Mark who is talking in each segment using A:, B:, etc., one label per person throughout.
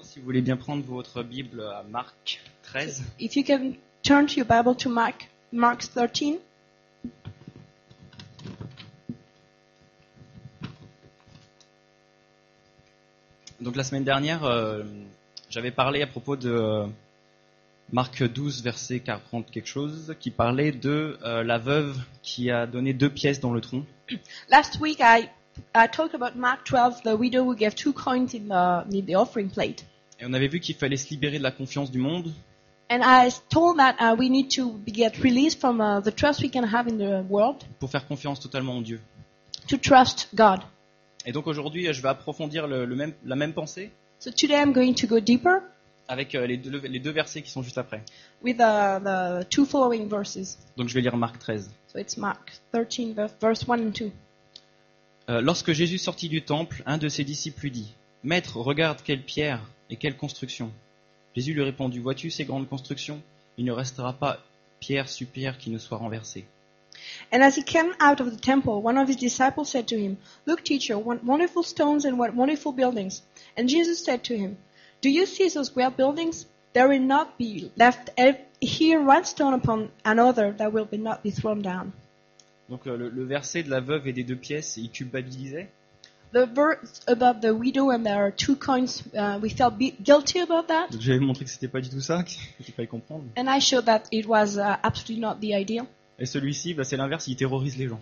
A: si vous voulez bien prendre votre Bible à Marc 13.
B: If you can turn to your Bible to Mark, Mark 13.
A: Donc la semaine dernière, euh, j'avais parlé à propos de euh, Marc 12, verset 40 quelque chose, qui parlait de euh, la veuve qui a donné deux pièces dans le tronc.
B: Last week I, I talked about Mark 12, the widow who gave two coins in the, in the offering plate.
A: Et on avait vu qu'il fallait se libérer de la confiance du monde
B: And I told that uh, we need to be- get released from uh, the trust we can have in the world
A: pour faire confiance totalement en Dieu.
B: to trust God.
A: Et donc aujourd'hui, je vais approfondir le, le même, la même pensée
B: So today I'm going to go deeper
A: avec euh, les deux, les deux versets qui sont juste après.
B: with uh, the two following verses.
A: Donc je vais lire Marc 13.
B: So it's Mark 13, verse, verse 1 and 2.
A: Euh, lorsque Jésus sortit du temple, un de ses disciples lui dit Maître, regarde quelle pierre et quelle construction. Jésus lui répondit Vois-tu ces grandes constructions Il ne restera pas pierre sur pierre qui ne soit renversée.
B: And as he came out of the temple, one of his disciples said to him, Look, teacher, what wonderful stones and what wonderful buildings. And Jesus said to him, Do you see those great buildings? There will not be left ev- here one stone upon another that will be not be thrown down.
A: Donc euh, le, le verset de la veuve et des deux pièces, il culpabilisait.
B: The verse about the widow and there are two coins, uh, we felt be- guilty about that.
A: Donc j'avais montré que c'était pas du tout ça, qu'il fallait comprendre.
B: And I showed that it was uh, absolutely not the idea.
A: Et celui-ci, bah, c'est l'inverse, il terrorise les gens.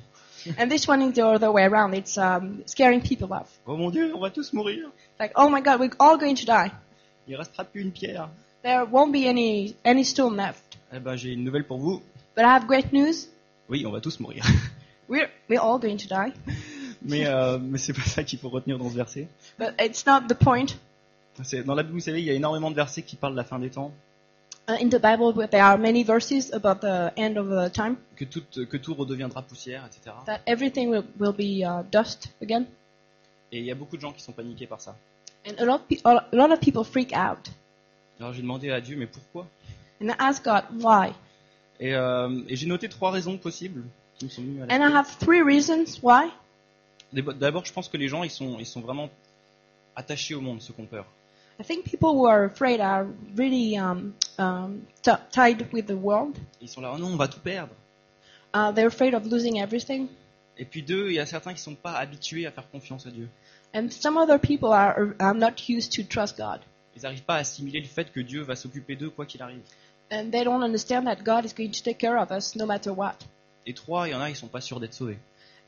B: And this one is the other way around. It's um, scaring people off.
A: Oh mon Dieu, on va tous mourir.
B: Like, oh my God, we're all going to die.
A: Il restera plus une pierre.
B: There won't be any any stone left.
A: Eh ben j'ai une nouvelle pour vous.
B: But I have great news.
A: Oui, on va tous mourir.
B: We're we're all going to die.
A: Mais euh, mais c'est pas ça qu'il faut retenir dans ce verset.
B: But it's not the point.
A: C'est- Dans la Bible, vous savez, il y a énormément de versets qui parlent de la fin des temps,
B: Uh, in the Bible, where there are many verses about the end of the time,
A: que tout, que tout redeviendra poussière, etc.
B: that everything will will be uh, dust again,
A: Et il y a beaucoup de gens qui sont paniqués par ça.
B: and a lot pe- a lot of people freak out.
A: Alors j'ai demandé à Dieu, mais pourquoi
B: And I ask God why.
A: Et, euh, et j'ai noté trois raisons possibles qui me sont venues à la
B: And I have three reasons why.
A: tête. D'abord, je pense que les gens, ils sont, ils sont vraiment attachés au monde, ceux qui ont peur.
B: I think people who are afraid are really um, um, t- tied with the world.
A: Ils sont là, oh non, on va tout perdre.
B: Uh, they're afraid of losing everything.
A: Et puis deux, il y a certains qui sont pas habitués à faire confiance à Dieu.
B: And some other people are, are not used to trust God.
A: Ils n'arrivent pas à assimiler le fait que Dieu va s'occuper d'eux quoi qu'il arrive.
B: And they don't understand that God is going to take care of us no matter what.
A: Et trois, il y en a, ils sont pas sûrs d'être sauvés.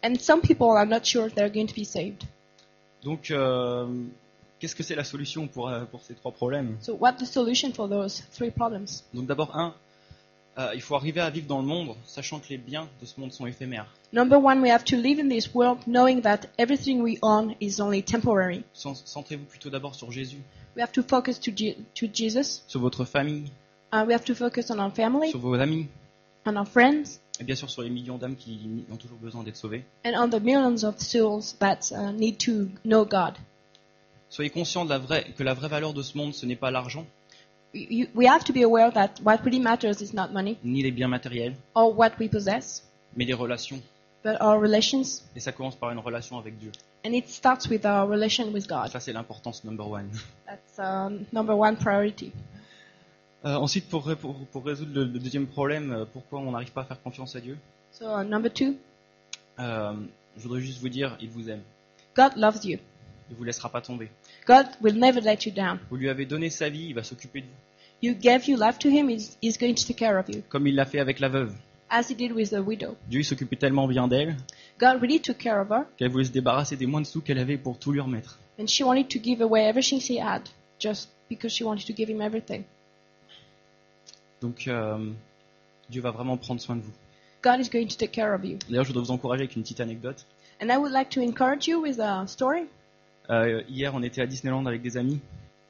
B: And some people are not sure they're going to be saved.
A: Donc, euh, qu'est-ce que c'est la solution pour, euh, pour ces trois problèmes
B: So what's the solution for those three problems?
A: Donc d'abord, un, euh, il faut arriver à vivre dans le monde, sachant que les biens de ce monde sont éphémères,
B: Number one, we have to live in this world knowing that everything we own is only temporary.
A: Cent- Centrez-vous plutôt d'abord sur Jésus,
B: We have to focus to, Je- to Jesus.
A: sur votre famille,
B: Uh, we have to focus on our family,
A: sur vos amis,
B: on our friends,
A: et bien sûr sur les millions d'âmes qui ont toujours besoin d'être sauvées.
B: and on the millions of souls that uh, need to know God.
A: Soyez conscient de la vraie, que la vraie valeur de ce monde, ce n'est pas l'argent,
B: You- you- We have to be aware that what really matters is not money
A: ni les biens matériels,
B: or what we possess,
A: mais les relations.
B: but our relations.
A: Et ça commence par une relation avec Dieu.
B: And it starts with our relation with God.
A: Ça, c'est l'importance number one.
B: That's um, number one priority.
A: Euh, ensuite, pour, ré- pour- pour résoudre le, le deuxième problème, euh, pourquoi on n'arrive pas à faire confiance à Dieu,
B: So uh, number two,
A: euh, je voudrais juste vous dire, il vous aime.
B: God loves you.
A: Il vous laissera pas tomber.
B: God will never let you down.
A: Vous lui avez donné sa vie, il va s'occuper de vous.
B: You gave your life to Him, he's, he's going to take care of you,
A: comme il l'a fait avec la veuve.
B: as He did with the widow.
A: Dieu il s'occupait tellement bien d'elle
B: God really took care of her,
A: qu'elle voulait se débarrasser des moindres sous qu'elle avait pour tout lui remettre.
B: and she wanted to give away everything she had just because she wanted to give Him everything.
A: Donc euh, Dieu va vraiment prendre soin de vous.
B: God is going to take care of you.
A: D'ailleurs, je voudrais vous encourager avec une petite anecdote.
B: And I would like to encourage you with a story.
A: Euh, hier, on était à Disneyland avec des amis.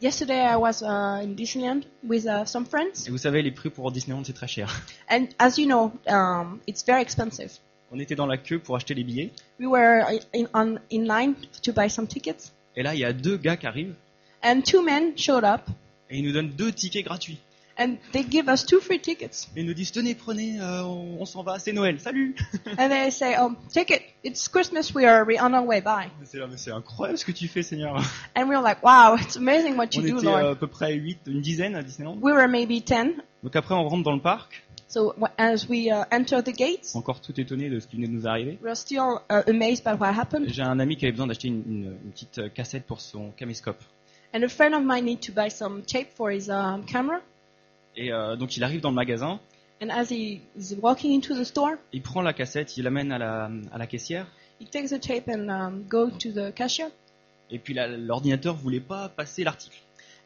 B: Yesterday I was uh, in Disneyland with uh, some friends,
A: Et vous savez, les prix pour Disneyland, c'est très cher.
B: and as you know, um, it's very expensive.
A: On était dans la queue pour acheter les billets.
B: We were uh, in, on, in line to buy some tickets,
A: Et là, il y a deux gars qui arrivent
B: and two men showed up,
A: et ils nous donnent deux tickets gratuits.
B: And they give us two free tickets.
A: Ils nous disent tenez, prenez, euh, on, on s'en va, c'est Noël, salut.
B: And they say, oh, take it. It's Christmas. We are already on our way. Bye.
A: C'est là, mais c'est incroyable ce que tu fais, Seigneur.
B: And we were like, wow, it's uh, amazing what
A: On
B: you do,
A: était
B: Lord.
A: euh, à peu près 8, une dizaine à Disneyland.
B: We were maybe 10.
A: Donc après, on rentre dans le parc,
B: So w- as we uh, enter the gates,
A: encore tout étonné de ce qui venait de nous arriver.
B: we are still uh, amazed by what happened.
A: J'ai un ami qui avait besoin d'acheter une, une- une petite euh, cassette pour son caméscope.
B: And a friend of mine needed to buy some tape for his um, camera.
A: Et euh, donc il arrive dans le magasin,
B: And as he is walking into the store,
A: il prend la cassette, il l'amène à la, à la caissière.
B: he takes the tape and um, goes to the cashier.
A: Et puis la- l'ordinateur voulait pas passer l'article.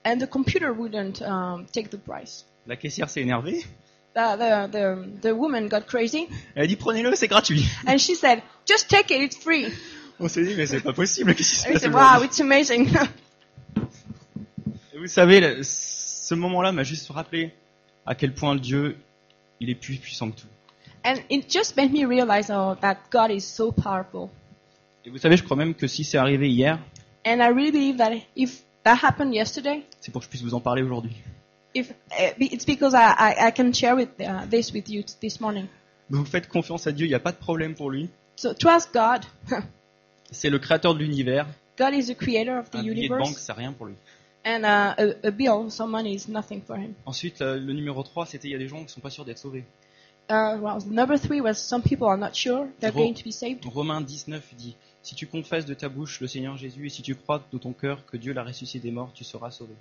B: And the computer wouldn't um, take the price.
A: La caissière s'est énervée.
B: The, the, the, the woman got crazy.
A: Elle a dit prenez-le, c'est gratuit.
B: And she said, just take it, it's free.
A: On s'est dit mais c'est pas possible. qu'est-ce qui se
B: And
A: passe
B: we said, wow,
A: aujourd'hui
B: it's amazing.
A: Et Vous savez, le- ce moment-là m'a juste rappelé à quel point Dieu, il est plus puissant que tout.
B: and it just made me realize oh, that God is so powerful.
A: Et vous savez, je crois même que si c'est arrivé hier,
B: And I really believe that if that happened yesterday,
A: c'est pour que je puisse vous en parler aujourd'hui.
B: if eh, be- it's because I, I, I can share with, uh, this with you t- this morning.
A: Donc faites confiance à Dieu, il n'y a pas de problème pour lui.
B: So trust God.
A: C'est le créateur de l'univers.
B: God is the creator of the
A: Un billet de banque,
B: universe,
A: c'est rien pour lui.
B: and uh, a, a bill, some money is nothing for him.
A: Ensuite, euh, le numéro 3, c'était il y a des gens qui sont pas sûrs d'être sauvés.
B: Uh, well, number three was some people are not sure they're
A: Zéro.
B: going to be saved.
A: Romains 19 dit Si tu confesses de ta bouche le Seigneur Jésus et si tu crois de ton cœur que Dieu l'a ressuscité des morts, tu seras sauvé.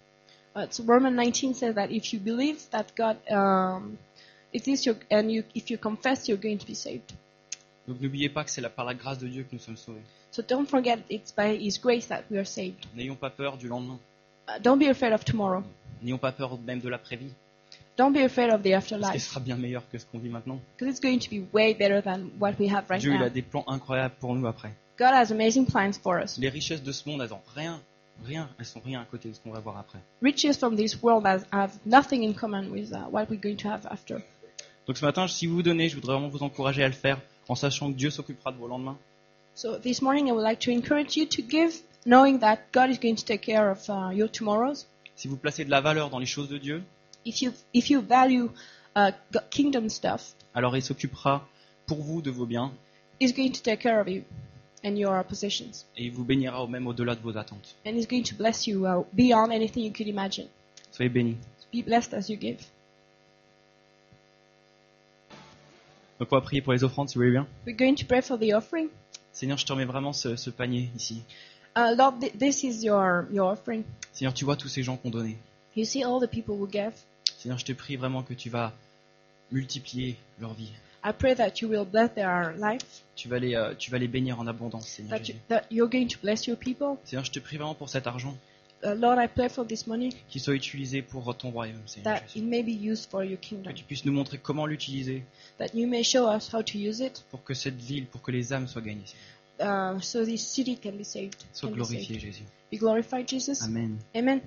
B: But Roman 19 says that if you believe that God, um, it is your, and you, if you confess, you're going to be saved.
A: Donc n'oubliez pas que c'est la- par la grâce de Dieu que nous sommes sauvés.
B: So don't forget it's by His grace that we are saved.
A: N'ayons pas peur du lendemain.
B: Uh, don't be afraid of tomorrow.
A: N'ayons pas peur même de l'après-vie.
B: Don't be afraid of the
A: Parce qu'elle
B: afterlife
A: sera bien meilleure que ce qu'on vit maintenant.
B: because it's going to be way better than what we have right
A: Dieu, il a
B: now.
A: des plans incroyables pour nous après.
B: God has amazing plans for us.
A: Les richesses de ce monde, elles ont rien, rien, elles sont rien à côté de ce qu'on va voir après.
B: Riches from this world has, have nothing in common with uh, what we're going to have after.
A: Donc ce matin, si vous vous donnez, je voudrais vraiment vous encourager à le faire en sachant que Dieu s'occupera de vos lendemains.
B: So this morning I would like to encourage you to give, knowing that God is going to take care of uh, your tomorrows.
A: Si vous placez de la valeur dans les choses de Dieu,
B: If you if you value uh, g- kingdom stuff,
A: alors il s'occupera pour vous de vos biens
B: He's going to take care of you and your possessions,
A: et il vous bénira au même au-delà de vos attentes.
B: and He's going to bless you uh, beyond anything you could imagine.
A: Soyez bénis.
B: Be blessed as you give.
A: Donc on va prier pour les offrandes, si vous voulez bien.
B: We're going to pray for the offering.
A: Seigneur, je te remets vraiment ce, ce panier ici.
B: Uh, Lord, th- this is your your offering.
A: Seigneur, tu vois tous ces gens qu'on donné.
B: You see all the people who gave.
A: Seigneur, je te prie vraiment que tu vas multiplier leur vie.
B: I pray that you will bless their life,
A: Tu vas les, euh, tu vas les bénir en abondance, Seigneur.
B: that, you,
A: Jésus.
B: that you're going to bless your people.
A: Seigneur, je te prie vraiment pour cet argent
B: Uh, Lord, I pray for this money
A: qu'il soit utilisé pour ton royaume, Seigneur.
B: that it
A: Jésus.
B: may be used for your
A: Que
B: kingdom,
A: tu puisses nous montrer comment l'utiliser
B: that you may show us how to use it
A: pour que cette ville, pour que les âmes soient gagnées. Seigneur.
B: uh, so this city can be saved.
A: Sois
B: can be saved.
A: glorifié, Jésus.
B: Be glorified, Jesus.
A: Amen.
B: Amen.